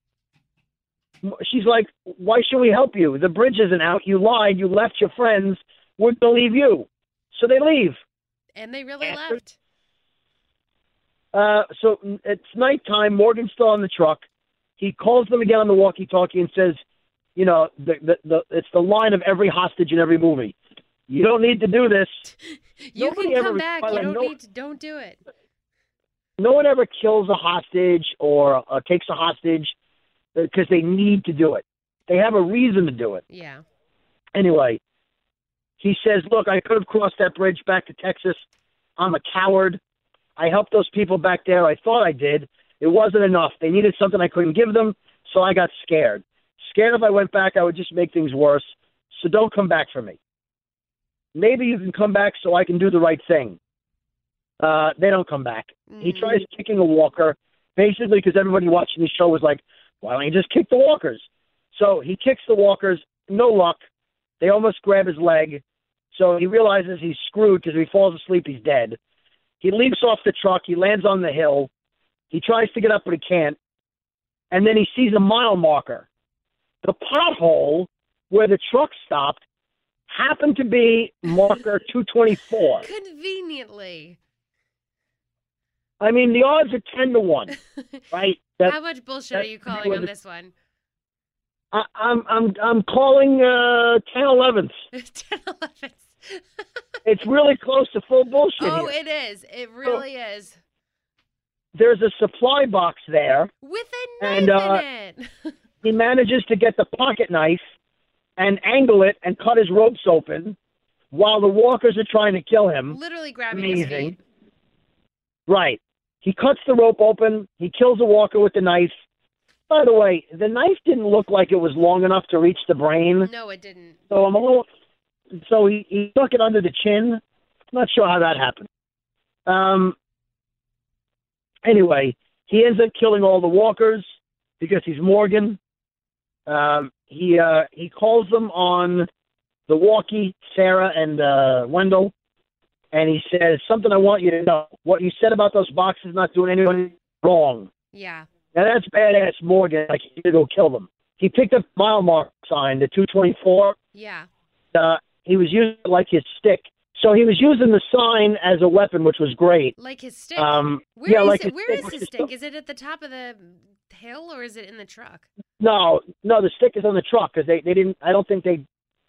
[SPEAKER 2] m- she's like, why should we help you? The bridge isn't out. You lied. You left your friends. We're going to leave you. So they leave.
[SPEAKER 3] And they really
[SPEAKER 2] Yeah.
[SPEAKER 3] left.
[SPEAKER 2] Uh, so mm, it's nighttime. Morgan's still on the truck. He calls them again on the walkie-talkie and says, "You know, the, the, the, it's the line of every hostage in every movie. You don't need to do this.
[SPEAKER 3] You
[SPEAKER 2] Nobody
[SPEAKER 3] can
[SPEAKER 2] ever
[SPEAKER 3] come back. You
[SPEAKER 2] responded.
[SPEAKER 3] don't
[SPEAKER 2] No-
[SPEAKER 3] need to don't do it.
[SPEAKER 2] No one ever kills a hostage or uh, takes a hostage because they need to do it. They have a reason to do it.
[SPEAKER 3] Yeah.
[SPEAKER 2] Anyway, he says, "Look, I could have crossed that bridge back to Texas. I'm a coward. I helped those people back there. I thought I did. It wasn't enough. They needed something I couldn't give them, so I got scared. Scared if I went back, I would just make things worse. So don't come back for me. Maybe you can come back so I can do the right thing. Uh, they don't come back. He
[SPEAKER 3] Mm.
[SPEAKER 2] tries kicking a walker, basically because everybody watching the show was like, why don't you just kick the walkers? So he kicks the walkers, no luck. They almost grab his leg. So he realizes he's screwed because if he falls asleep, he's dead. He leaps off the truck. He lands on the hill. He tries to get up, but he can't. And then he sees a mile marker. The pothole where the truck stopped happened to be marker 224.
[SPEAKER 3] Conveniently.
[SPEAKER 2] I mean, the odds are 10 to 1, right? That,
[SPEAKER 3] How much bullshit are
[SPEAKER 2] that
[SPEAKER 3] you
[SPEAKER 2] could be
[SPEAKER 3] calling
[SPEAKER 2] what
[SPEAKER 3] on
[SPEAKER 2] it-
[SPEAKER 3] this one?
[SPEAKER 2] I, I'm, I'm, I'm calling uh, 10 11th.
[SPEAKER 3] 10 11.
[SPEAKER 2] It's really close to full bullshit
[SPEAKER 3] Oh,
[SPEAKER 2] here.
[SPEAKER 3] it is. It really is.
[SPEAKER 2] There's a supply box there.
[SPEAKER 3] With a knife
[SPEAKER 2] and, uh,
[SPEAKER 3] in it.
[SPEAKER 2] he manages to get the pocket knife and angle it and cut his ropes open while the walkers are trying to kill him.
[SPEAKER 3] Literally grabbing his
[SPEAKER 2] Amazing.
[SPEAKER 3] feet.
[SPEAKER 2] Right. He cuts the rope open. He kills the walker with the knife. By the way, the knife didn't look like it was long enough to reach the brain,
[SPEAKER 3] No, it didn't.
[SPEAKER 2] so I'm a little. So he he stuck it under the chin. Not sure how that happened. Um. Anyway, he ends up killing all the walkers because he's Morgan. Um. He uh he calls them on the walkie, Sarah and uh, Wendell, and he says something. I want you to know what you said about those boxes not doing anyone wrong.
[SPEAKER 3] Yeah.
[SPEAKER 2] Now that's badass, Morgan. Like you go kill them. He picked up mile mark sign, the 224.
[SPEAKER 3] Yeah.
[SPEAKER 2] Uh, he was using it like his stick, so he was using the sign as a weapon, which was great.
[SPEAKER 3] Like his stick.
[SPEAKER 2] Um,
[SPEAKER 3] Where
[SPEAKER 2] yeah,
[SPEAKER 3] is
[SPEAKER 2] like
[SPEAKER 3] it?
[SPEAKER 2] his
[SPEAKER 3] Where
[SPEAKER 2] stick,
[SPEAKER 3] is
[SPEAKER 2] which
[SPEAKER 3] his
[SPEAKER 2] is
[SPEAKER 3] stick?
[SPEAKER 2] so-
[SPEAKER 3] Is it at the top of the hill or is it in the truck?
[SPEAKER 2] No, no, the stick is on the truck because they they didn't. I don't think they.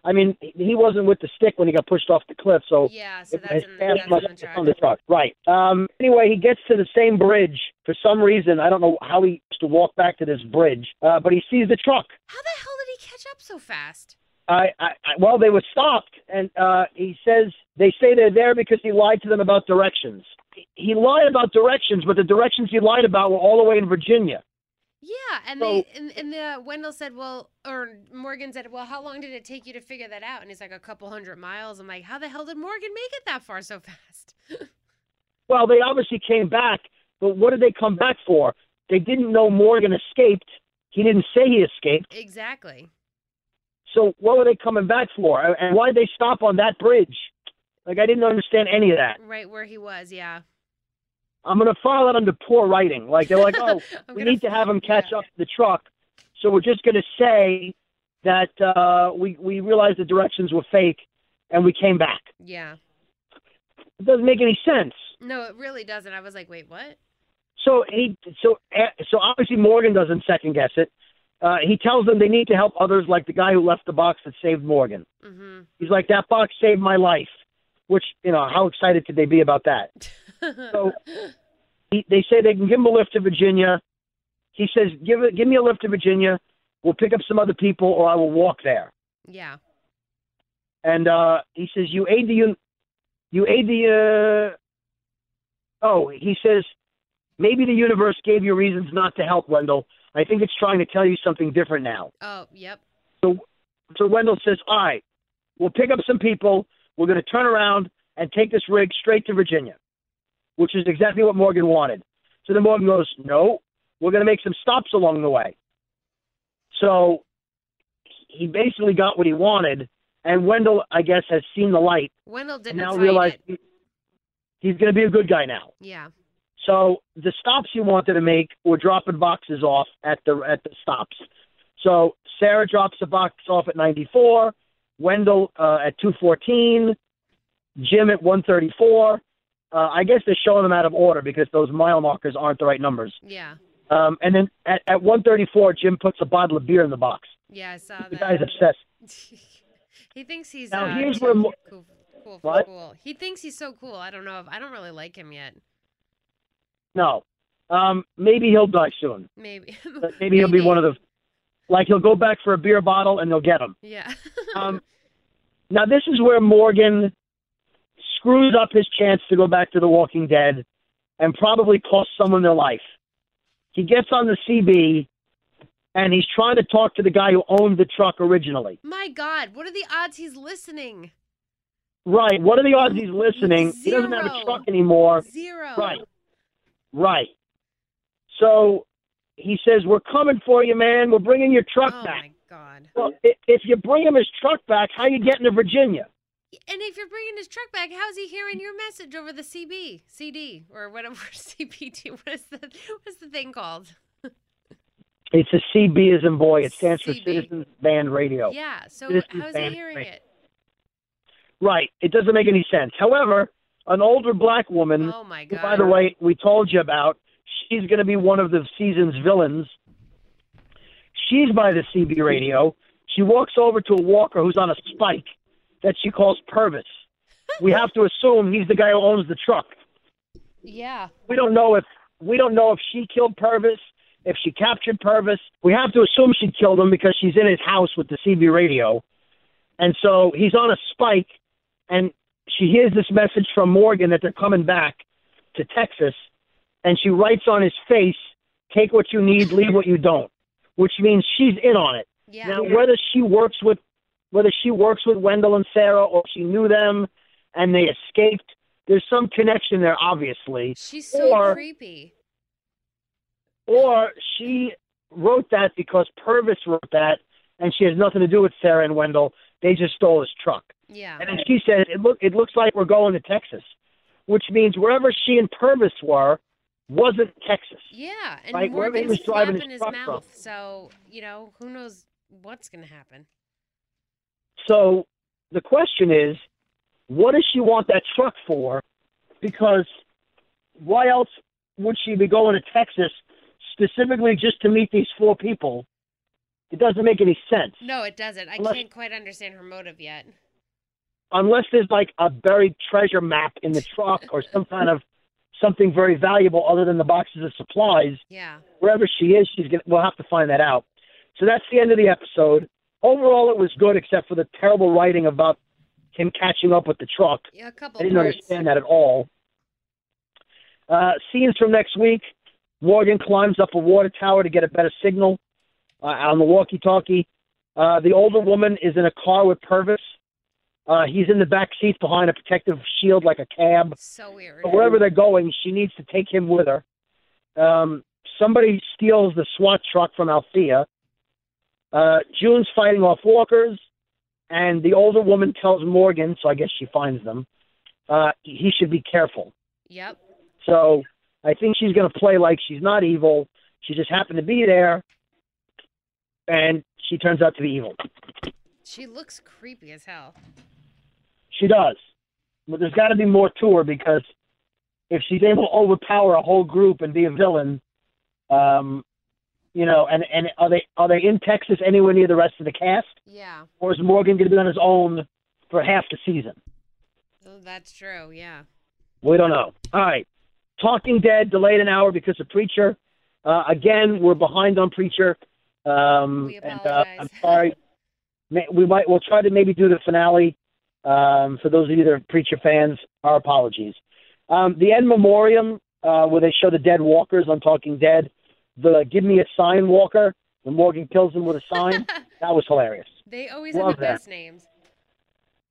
[SPEAKER 2] I mean, he- he wasn't with the stick when he got pushed off the cliff, so
[SPEAKER 3] Yeah, so
[SPEAKER 2] If
[SPEAKER 3] that's
[SPEAKER 2] my
[SPEAKER 3] in,
[SPEAKER 2] staff
[SPEAKER 3] that's in
[SPEAKER 2] must
[SPEAKER 3] the
[SPEAKER 2] have
[SPEAKER 3] truck.
[SPEAKER 2] found the truck. Right. Um, anyway, he gets to the same bridge for some reason. I don't know how he used to walk back to this bridge, uh, but he sees the truck.
[SPEAKER 3] How the hell did he catch up so fast?
[SPEAKER 2] I, I, I well, they were stopped, and uh, he says they say they're there because he lied to them about directions. He lied about directions, but the directions he lied about were all the way in Virginia.
[SPEAKER 3] Yeah, and
[SPEAKER 2] So-
[SPEAKER 3] they and, and the Wendell said, "Well," or Morgan said, "Well, how long did it take you to figure that out?" And he's like, "A couple hundred miles." I'm like, "How the hell did Morgan make it that far so fast?"
[SPEAKER 2] Well, they obviously came back, but what did they come back for? They didn't know Morgan escaped. He didn't say he escaped.
[SPEAKER 3] exactly.
[SPEAKER 2] So what were they coming back for? And- And why did they stop on that bridge? Like I didn't understand any of that.
[SPEAKER 3] Right where he was. Yeah.
[SPEAKER 2] I'm gonna file that under poor writing. Like they're like, oh,
[SPEAKER 3] I'm
[SPEAKER 2] we
[SPEAKER 3] gonna
[SPEAKER 2] need to have
[SPEAKER 3] f-
[SPEAKER 2] him catch
[SPEAKER 3] yeah.
[SPEAKER 2] up to the truck, so we're just gonna say that uh, we we realized the directions were fake, and we came back.
[SPEAKER 3] Yeah.
[SPEAKER 2] It doesn't make any sense.
[SPEAKER 3] No, it really doesn't. I was like, "Wait, what?"
[SPEAKER 2] So he so eh, so obviously Morgan doesn't second guess it. Uh, he tells them they need to help others, like the guy who left the box that saved Morgan.
[SPEAKER 3] Mm-hmm.
[SPEAKER 2] He's like, that box saved my life. Which you know, how excited could they be about that? So- he, they say they can give him a lift to Virginia. He says, "Give it, give me a lift to Virginia. We'll pick up some other people, or I will walk there."
[SPEAKER 3] yeah.
[SPEAKER 2] And uh, he says, "You aid the un- you aid the." Uh... Oh, he says, "Maybe the universe gave you reasons not to help Wendell. I think it's trying to tell you something different now."
[SPEAKER 3] Oh, yep.
[SPEAKER 2] So Wendell says, "All right, we'll pick up some people. We're going to turn around and take this rig straight to Virginia," which is exactly what Morgan wanted. So then Morgan goes, "No, we're going to make some stops along the way." So he basically got what he wanted, and Wendell, I guess, has seen the light
[SPEAKER 3] Wendell didn't
[SPEAKER 2] and now
[SPEAKER 3] fight
[SPEAKER 2] realized
[SPEAKER 3] it.
[SPEAKER 2] he- he's going to be a good guy now.
[SPEAKER 3] Yeah.
[SPEAKER 2] So the stops he wanted to make were dropping boxes off at the at the stops. So Sarah drops a box off at 94, Wendell uh, at 214, Jim at 134. Uh, I guess they're showing them out of order because those mile markers aren't the right numbers.
[SPEAKER 3] Yeah.
[SPEAKER 2] Um, and then at, at 134, Jim puts a bottle of beer in the box.
[SPEAKER 3] Yeah, I saw
[SPEAKER 2] The
[SPEAKER 3] that.
[SPEAKER 2] guy's obsessed.
[SPEAKER 3] he thinks he's
[SPEAKER 2] Now,
[SPEAKER 3] uh,
[SPEAKER 2] here's
[SPEAKER 3] too
[SPEAKER 2] where mo-
[SPEAKER 3] cool, cool for
[SPEAKER 2] What?
[SPEAKER 3] school. He thinks he's so cool. I don't know if I don't really like him yet.
[SPEAKER 2] No, um, maybe he'll die soon.
[SPEAKER 3] Maybe.
[SPEAKER 2] But maybe he'll be one of the, like he'll go back for a beer bottle and they'll get him.
[SPEAKER 3] Yeah.
[SPEAKER 2] Um, now this is where Morgan screws up his chance to go back to The Walking Dead, and probably costs someone their life. He gets on the CB, and he's trying to talk to the guy who owned the truck originally.
[SPEAKER 3] My God, what are the odds he's listening?
[SPEAKER 2] Right? What are the odds he's listening? He doesn't have
[SPEAKER 3] Zero.
[SPEAKER 2] a truck anymore.
[SPEAKER 3] Zero.
[SPEAKER 2] Right. Right. So he says, "We're coming for you, man. We're bringing your truck
[SPEAKER 3] Oh
[SPEAKER 2] back."
[SPEAKER 3] my God.
[SPEAKER 2] Well, i- if you bring him his truck back, how you getting to Virginia?
[SPEAKER 3] And if you're bringing his truck back, how's he hearing your message over the CB, CD, or whatever CPT? What is the what's the thing called?
[SPEAKER 2] It's a CB as in boy. It stands for
[SPEAKER 3] CB.
[SPEAKER 2] Citizens Band Radio.
[SPEAKER 3] Yeah. So
[SPEAKER 2] Oh, This is
[SPEAKER 3] how's he
[SPEAKER 2] bad
[SPEAKER 3] hearing
[SPEAKER 2] thing.
[SPEAKER 3] it?
[SPEAKER 2] Right. It doesn't make any sense. However, an older black woman,
[SPEAKER 3] Oh my
[SPEAKER 2] who,
[SPEAKER 3] God.
[SPEAKER 2] by the way, we told you about, she's going to be one of the season's villains. She's by the CB radio. She walks over to a walker who's on a spike that she calls Purvis. we have to assume he's the guy who owns the truck.
[SPEAKER 3] Yeah.
[SPEAKER 2] We don't know if we don't know if she killed Purvis. if she captured Purvis, we have to assume she killed him because she's in his house with the CB radio. And so he's on a spike, and she hears this message from Morgan that they're coming back to Texas, and she writes on his face, Take what you need, leave what you don't, which means she's in on it.
[SPEAKER 3] Yeah.
[SPEAKER 2] Now, whether she works with whether she works with Wendell and Sarah or she knew them and they escaped, there's some connection there, obviously.
[SPEAKER 3] She's so
[SPEAKER 2] or-
[SPEAKER 3] creepy.
[SPEAKER 2] Or she wrote that because Purvis wrote that, and she has nothing to do with Sarah and Wendell. They just stole his truck.
[SPEAKER 3] Yeah.
[SPEAKER 2] And then she says, "It look, it looks like we're going to Texas," which means wherever she and Purvis were wasn't Texas.
[SPEAKER 3] Yeah. And
[SPEAKER 2] like, wherever he
[SPEAKER 3] Morgan's
[SPEAKER 2] was driving
[SPEAKER 3] flapping
[SPEAKER 2] his
[SPEAKER 3] his
[SPEAKER 2] truck from.
[SPEAKER 3] mouth. So, you know, who knows what's going to happen?
[SPEAKER 2] So the question is, what does she want that truck for? Because why else would she be going to Texas specifically just to meet these four people? It doesn't make any sense.
[SPEAKER 3] No, it doesn't. I
[SPEAKER 2] Unless-
[SPEAKER 3] can't quite understand her motive yet.
[SPEAKER 2] unless there's like a buried treasure map in the truck or some kind of something very valuable other than the boxes of supplies,
[SPEAKER 3] Yeah.
[SPEAKER 2] wherever she is, she's gonna we'll have to find that out. So that's the end of the episode. Overall, it was good except for the terrible writing about him catching up with the truck.
[SPEAKER 3] Yeah, A couple
[SPEAKER 2] I didn't
[SPEAKER 3] parts.
[SPEAKER 2] understand that at all. Uh, scenes from next week: Morgan climbs up a water tower to get a better signal uh, on the walkie-talkie. Uh, the older woman is in a car with Purvis. Uh, he's in the back seat behind a protective shield like a cab.
[SPEAKER 3] So weird.
[SPEAKER 2] But wherever they're going, she needs to take him with her. Um, somebody steals the SWAT truck from Althea. Uh, June's fighting off walkers, and the older woman tells Morgan, so I guess she finds them, uh, he should be careful.
[SPEAKER 3] Yep.
[SPEAKER 2] So I think she's going to play like she's not evil. She just happened to be there, and she turns out to be evil.
[SPEAKER 3] She looks creepy as hell.
[SPEAKER 2] She does. But there's got to be more to her because if she's able to overpower a whole group and be a villain, um, you know, and, and are they are they in Texas anywhere near the rest of the cast,
[SPEAKER 3] Yeah.
[SPEAKER 2] or is Morgan going to be on his own for half the season?
[SPEAKER 3] Oh, That's true. Yeah.
[SPEAKER 2] We don't know. All right. Talking Dead delayed an hour because of Preacher. Uh, again, we're behind on Preacher. Um,
[SPEAKER 3] We
[SPEAKER 2] and, uh, I'm
[SPEAKER 3] apologize.
[SPEAKER 2] sorry. May, we might. We'll try to maybe do the finale. Um, for those of you that are Preacher fans, our apologies. Um, the End Memoriam, uh, where they show the dead walkers on Talking Dead. The Give Me a Sign Walker, when Morgan kills him with a sign. that was hilarious.
[SPEAKER 3] They always
[SPEAKER 2] Love
[SPEAKER 3] have the
[SPEAKER 2] that.
[SPEAKER 3] best names.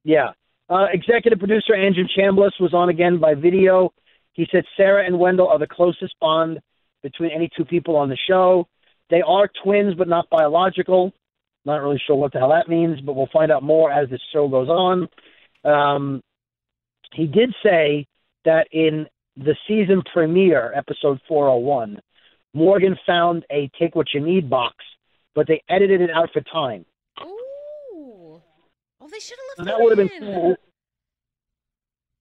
[SPEAKER 2] Yeah. Uh, executive producer Andrew Chambliss was on again by video. He said Sarah and Wendell are the closest bond between any two people on the show. They are twins, but not biological. Not really sure what the hell that means, but we'll find out more as this show goes on. Um, he did say that in the season premiere, episode 401, Morgan found a take what you need box, but they edited it out for time.
[SPEAKER 3] Ooh. Oh, they should
[SPEAKER 2] So
[SPEAKER 3] have left
[SPEAKER 2] that would have been
[SPEAKER 3] in.
[SPEAKER 2] cool.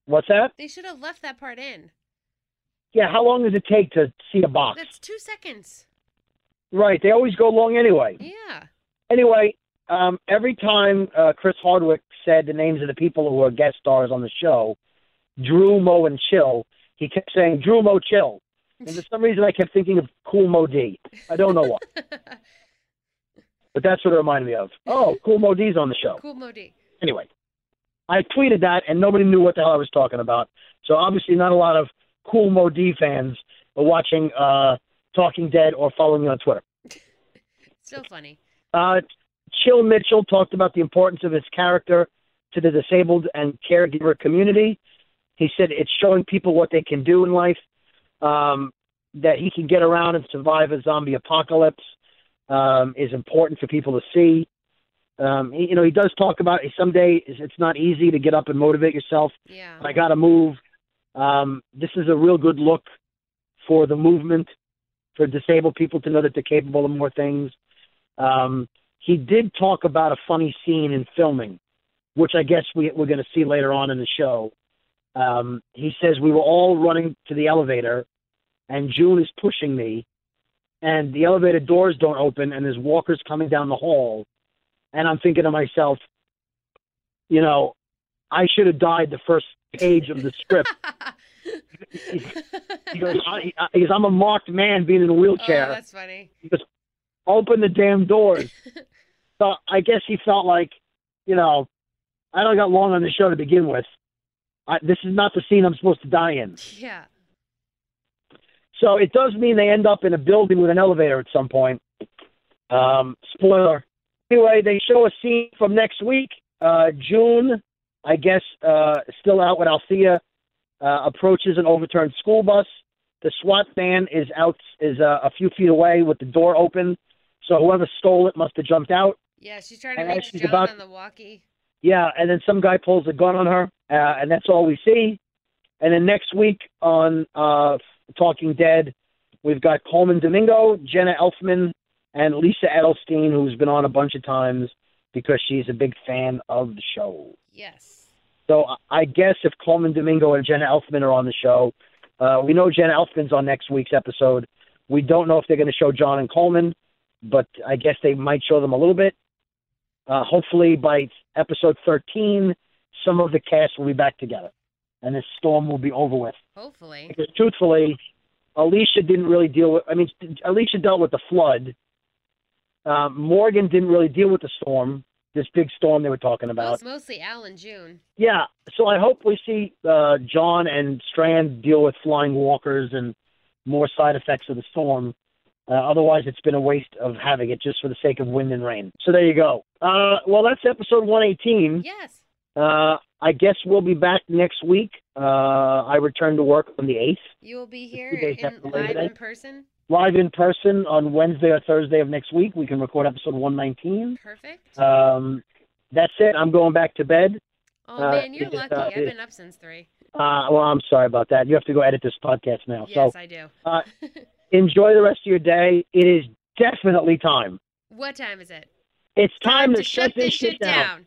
[SPEAKER 2] What's that?
[SPEAKER 3] They should have left that part in.
[SPEAKER 2] Yeah, how long does it take to see a box?
[SPEAKER 3] That's two seconds.
[SPEAKER 2] right, they always go long anyway.
[SPEAKER 3] Yeah.
[SPEAKER 2] Anyway, um, every time uh, Chris Hardwick said the names of the people who were guest stars on the show, Drew, Mo, and Chill, he kept saying Drew, Mo, Chill. And for some reason, I kept thinking of Cool Mo D. I don't know why, but that's what it reminded me of. Oh, Cool Mo D's on the show.
[SPEAKER 3] cool Modi.
[SPEAKER 2] Anyway, I tweeted that, and nobody knew what the hell I was talking about. So obviously, not a lot of cool Mo D fans are watching uh, Talking Dead or following me on Twitter.
[SPEAKER 3] Still funny.
[SPEAKER 2] Uh, Chill Mitchell talked about the importance of his character to the disabled and caregiver community. He said it's showing people what they can do in life, um, that he can get around and survive a zombie apocalypse um, is important for people to see. Um, he, you know, he does talk about someday it's it's not easy to get up and motivate yourself.
[SPEAKER 3] Yeah.
[SPEAKER 2] I got to move. Um, this is a real good look for the movement for disabled people to know that they're capable of more things. Um, he did talk about a funny scene in filming, which I guess we, we're going to see later on in the show. Um, he says we were all running to the elevator, and June is pushing me, and the elevator doors don't open, and there's walkers coming down the hall, and I'm thinking to myself, you know, I should have died the first page of the script He goes, I, I, he goes, I'm a marked man being in a wheelchair.
[SPEAKER 3] Oh, that's funny.
[SPEAKER 2] Open the damn doors. so I guess he felt like, you know, I don't got long on the show to begin with. I, this is not the scene I'm supposed to die in.
[SPEAKER 3] Yeah.
[SPEAKER 2] So it does mean they end up in a building with an elevator at some point. Um, spoiler. Anyway, they show a scene from next week. Uh, June, I guess, uh, still out with Althea, uh, approaches an overturned school bus. The SWAT van is out, is uh, a few feet away with the door open. So whoever stole it must have jumped out.
[SPEAKER 3] Yeah, she's trying to
[SPEAKER 2] And as
[SPEAKER 3] reach
[SPEAKER 2] she's
[SPEAKER 3] John
[SPEAKER 2] about-
[SPEAKER 3] on the walkie.
[SPEAKER 2] Yeah, and then some guy pulls a gun on her, uh, and that's all we see. And then next week on uh, Talking Dead, we've got Coleman Domingo, Jenna Elfman, and Lisa Edelstein, who's been on a bunch of times because she's a big fan of the show.
[SPEAKER 3] Yes.
[SPEAKER 2] So I- I guess if Coleman Domingo and Jenna Elfman are on the show, uh, we know Jenna Elfman's on next week's episode. We don't know if they're going to show John and Coleman, but I guess they might show them a little bit. Uh, hopefully by episode 13, some of the cast will be back together and this storm will be over with.
[SPEAKER 3] Hopefully.
[SPEAKER 2] Because truthfully, Alicia didn't really deal with, I mean, Alicia dealt with the flood. Uh, Morgan didn't really deal with the storm, this big storm they were talking about.
[SPEAKER 3] Most, mostly Al and June.
[SPEAKER 2] Yeah, so I hope we see uh, John and Strand deal with flying walkers and more side effects of the storm. Uh, otherwise, it's been a waste of having it just for the sake of wind and rain. So there you go. Uh, well, that's episode 118.
[SPEAKER 3] Yes.
[SPEAKER 2] Uh, I guess we'll be back next week. Uh, I return to work on the 8th,
[SPEAKER 3] You will be here
[SPEAKER 2] days
[SPEAKER 3] in,
[SPEAKER 2] after Labor
[SPEAKER 3] live
[SPEAKER 2] Day.
[SPEAKER 3] in person.
[SPEAKER 2] live in person on Wednesday or Thursday of next week. We can record episode 119.
[SPEAKER 3] Perfect.
[SPEAKER 2] Um, that's it. I'm going back to bed.
[SPEAKER 3] oh,
[SPEAKER 2] uh,
[SPEAKER 3] man, you're
[SPEAKER 2] it-
[SPEAKER 3] lucky.
[SPEAKER 2] uh,
[SPEAKER 3] I've
[SPEAKER 2] it-
[SPEAKER 3] been up since three.
[SPEAKER 2] Uh, well, I'm sorry about that. You have to go edit this podcast now. so.
[SPEAKER 3] Yes, I do.
[SPEAKER 2] uh, enjoy the rest of your day. It is definitely time.
[SPEAKER 3] what time is it?
[SPEAKER 2] It's time,
[SPEAKER 3] to shut
[SPEAKER 2] this
[SPEAKER 3] this shit
[SPEAKER 2] down.
[SPEAKER 3] down.